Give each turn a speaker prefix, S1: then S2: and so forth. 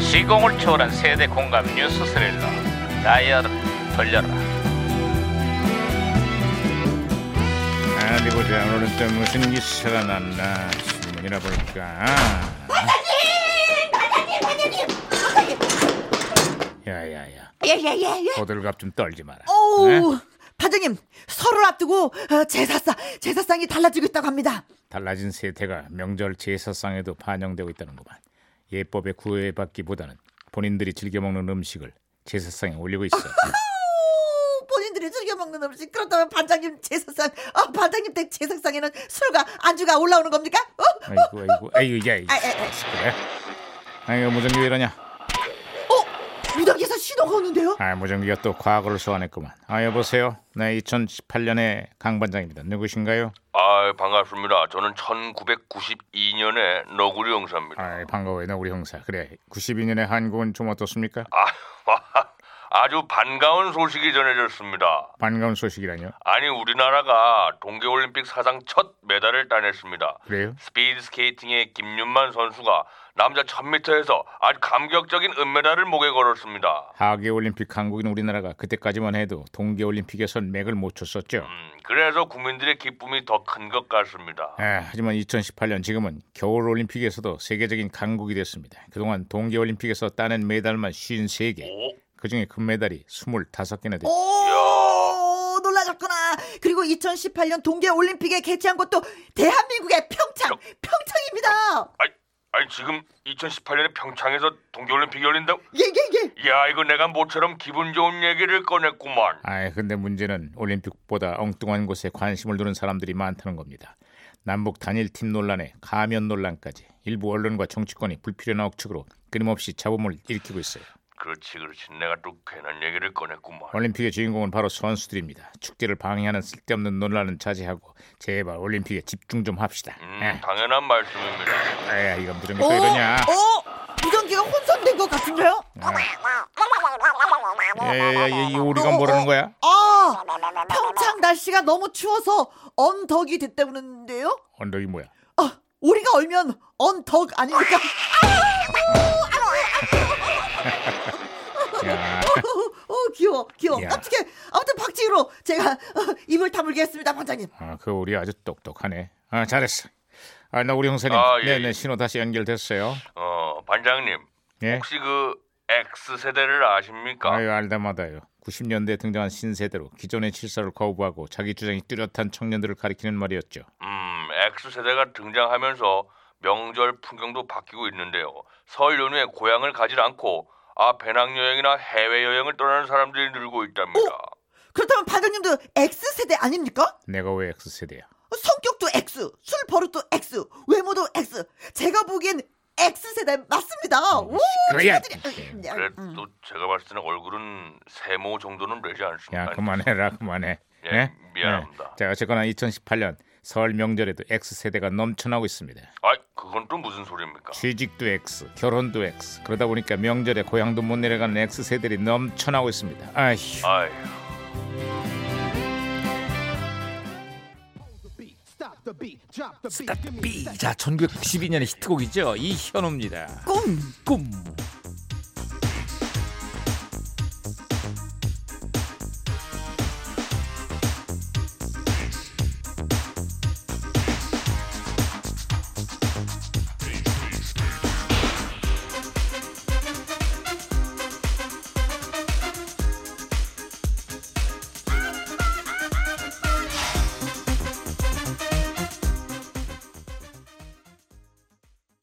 S1: 시공을 초월한 세대 공감 뉴스 스릴러 다이얼을 돌려라
S2: 어디 보자 오늘은 또 무슨 기사가 났나 신문이나 볼까 야야야
S3: 예예예 예.
S2: 호들갑 좀 떨지 마라
S3: 오우
S2: 어?
S3: 반장님 설을 앞두고 어, 제사상 제사상이 달라지고 있다고 합니다.
S2: 달라진 세태가 명절 제사상에도 반영되고 있다는구만 예법에 구애받기보다는 본인들이 즐겨 먹는 음식을 제사상에 올리고 있어
S3: 오, 본인들이 즐겨 먹는 음식 그렇다면 반장님 제사상 어, 반장님 댁 제사상에는 술과 안주가 올라오는 겁니까? 어?
S2: 아이고 아이고 아이고 야이
S3: 아, 아, 아.
S2: 그래 아이고 무전기 왜 이러냐 네.
S3: 어? 무더기에서 신호가 오는데요?
S2: 아 무전기가 또 과거를 소환했구만 아 여보세요 네 2018년의 강 반장입니다 누구신가요
S4: 아 반갑습니다. 저는 1992년에 너구리 형사입니다.
S2: 아이 반가워요 나 우리 형사 그래 92년의 한국은 좀 어떻습니까
S4: 아, 아주 반가운 소식이 전해졌습니다.
S2: 반가운 소식이라뇨
S4: 아니 우리나라가 동계올림픽 사상 첫 메달을 따냈습니다.
S2: 그래요
S4: 스피드 스케이팅의 김윤만 선수가 남자 1000m에서 아주 감격적인 은메달을 목에 걸었습니다.
S2: 하계올림픽 한국인 우리나라가 그때까지만 해도 동계올림픽에선 맥을 못 쳤었죠
S4: 음, 그래서 국민들의 기쁨이 더 큰 것 같습니다.
S2: 아, 하지만 2018년 지금은 겨울올림픽에서도 세계적인 강국이 됐습니다 그동안 동계올림픽에서 따낸 메달만 53개
S4: 오,
S2: 그중에 금메달이 25개나 됐죠
S3: 오 놀라셨구나. 그리고 2018년 동계올림픽에 개최한 것도 대한민국의 평창 평창입니다.
S4: 아이, 아이 지금 2018년에 평창에서 동계올림픽이 열린다고?
S3: 예예예.
S4: 야 이거 내가 모처럼 기분 좋은 얘기를 꺼냈구만
S2: 아, 근데 문제는 올림픽보다 엉뚱한 곳에 관심을 두는 사람들이 많다는 겁니다. 남북 단일팀 논란에 가면 논란까지 일부 언론과 정치권이 불필요한 억측으로 끊임없이 잡음을 일으키고 있어요.
S4: 그렇지 그렇지 내가 또 괜한 얘기를 꺼냈구만
S2: 올림픽의 주인공은 바로 선수들입니다. 축제를 방해하는 쓸데없는 논란은 자제하고 제발 올림픽에 집중 좀 합시다.
S4: 음 당연한 말씀입니다
S2: 에, 에, 이거 무전기 또 이러냐? 네.
S3: 어? 무전기가 혼선된 것 같은데요?
S2: 야야야, 이 우리가 뭐라는 거야?
S3: 아, 평창 날씨가 너무 추워서 언덕이 됐다는데요?
S2: 언덕이 뭐야?
S3: 아, 우리가 얼면 언덕 아닙니까?
S2: 야,
S3: 어, 어, 귀여워, 귀여워.
S2: 야.
S3: 깜찍해. 아무튼 박지희로 제가 어, 입을 다물겠습니다, 반장님.
S2: 아, 그 우리 아주 똑똑하네. 아, 잘했어. 아, 나 우리 형사님,
S4: 아, 예,
S2: 네,
S4: 예.
S2: 네, 신호 다시 연결됐어요.
S4: 어 반장님
S2: 예.
S4: 혹시 그 X세대를 아십니까?
S2: 아유 알다마다요. 90년대 등장한 신세대로 기존의 질서를 거부하고 자기 주장이 뚜렷한 청년들을 가리키는 말이었죠.
S4: 음 X세대가 등장하면서 명절 풍경도 바뀌고 있는데요 설 연휴에 고향을 가지 않고 아 배낭여행이나 해외여행을 떠나는 사람들이 늘고 있답니다
S3: 그렇다면 반장님도 X세대 아닙니까?
S2: 내가 왜 X세대야?
S3: 성격도 X, 술 버릇도 X, 외모도 X. 제가 보기엔 X세대 맞습니다. 오, 음,
S2: 시끄러워.
S3: 축하드려-
S4: 그래도 제가 봤을 때는 얼굴은 세모 정도는 되지 않습니까?
S2: 야 그만해라 그만해.
S4: 예,
S2: 예?
S4: 미안합니다.
S2: 예. 자 어쨌거나 2018년 설 명절에도 X세대가 넘쳐나고 있습니다.
S4: 아이 그건 또 무슨 소리입니까?
S2: 취직도 X, 결혼도 X. 그러다 보니까 명절에 고향도 못 내려가는 X세대들이 넘쳐나고 있습니다. 아휴.
S4: 아이
S5: 자, 1992년의 히트곡이죠. 이현우입니다.
S3: 꿈.
S5: 꿈.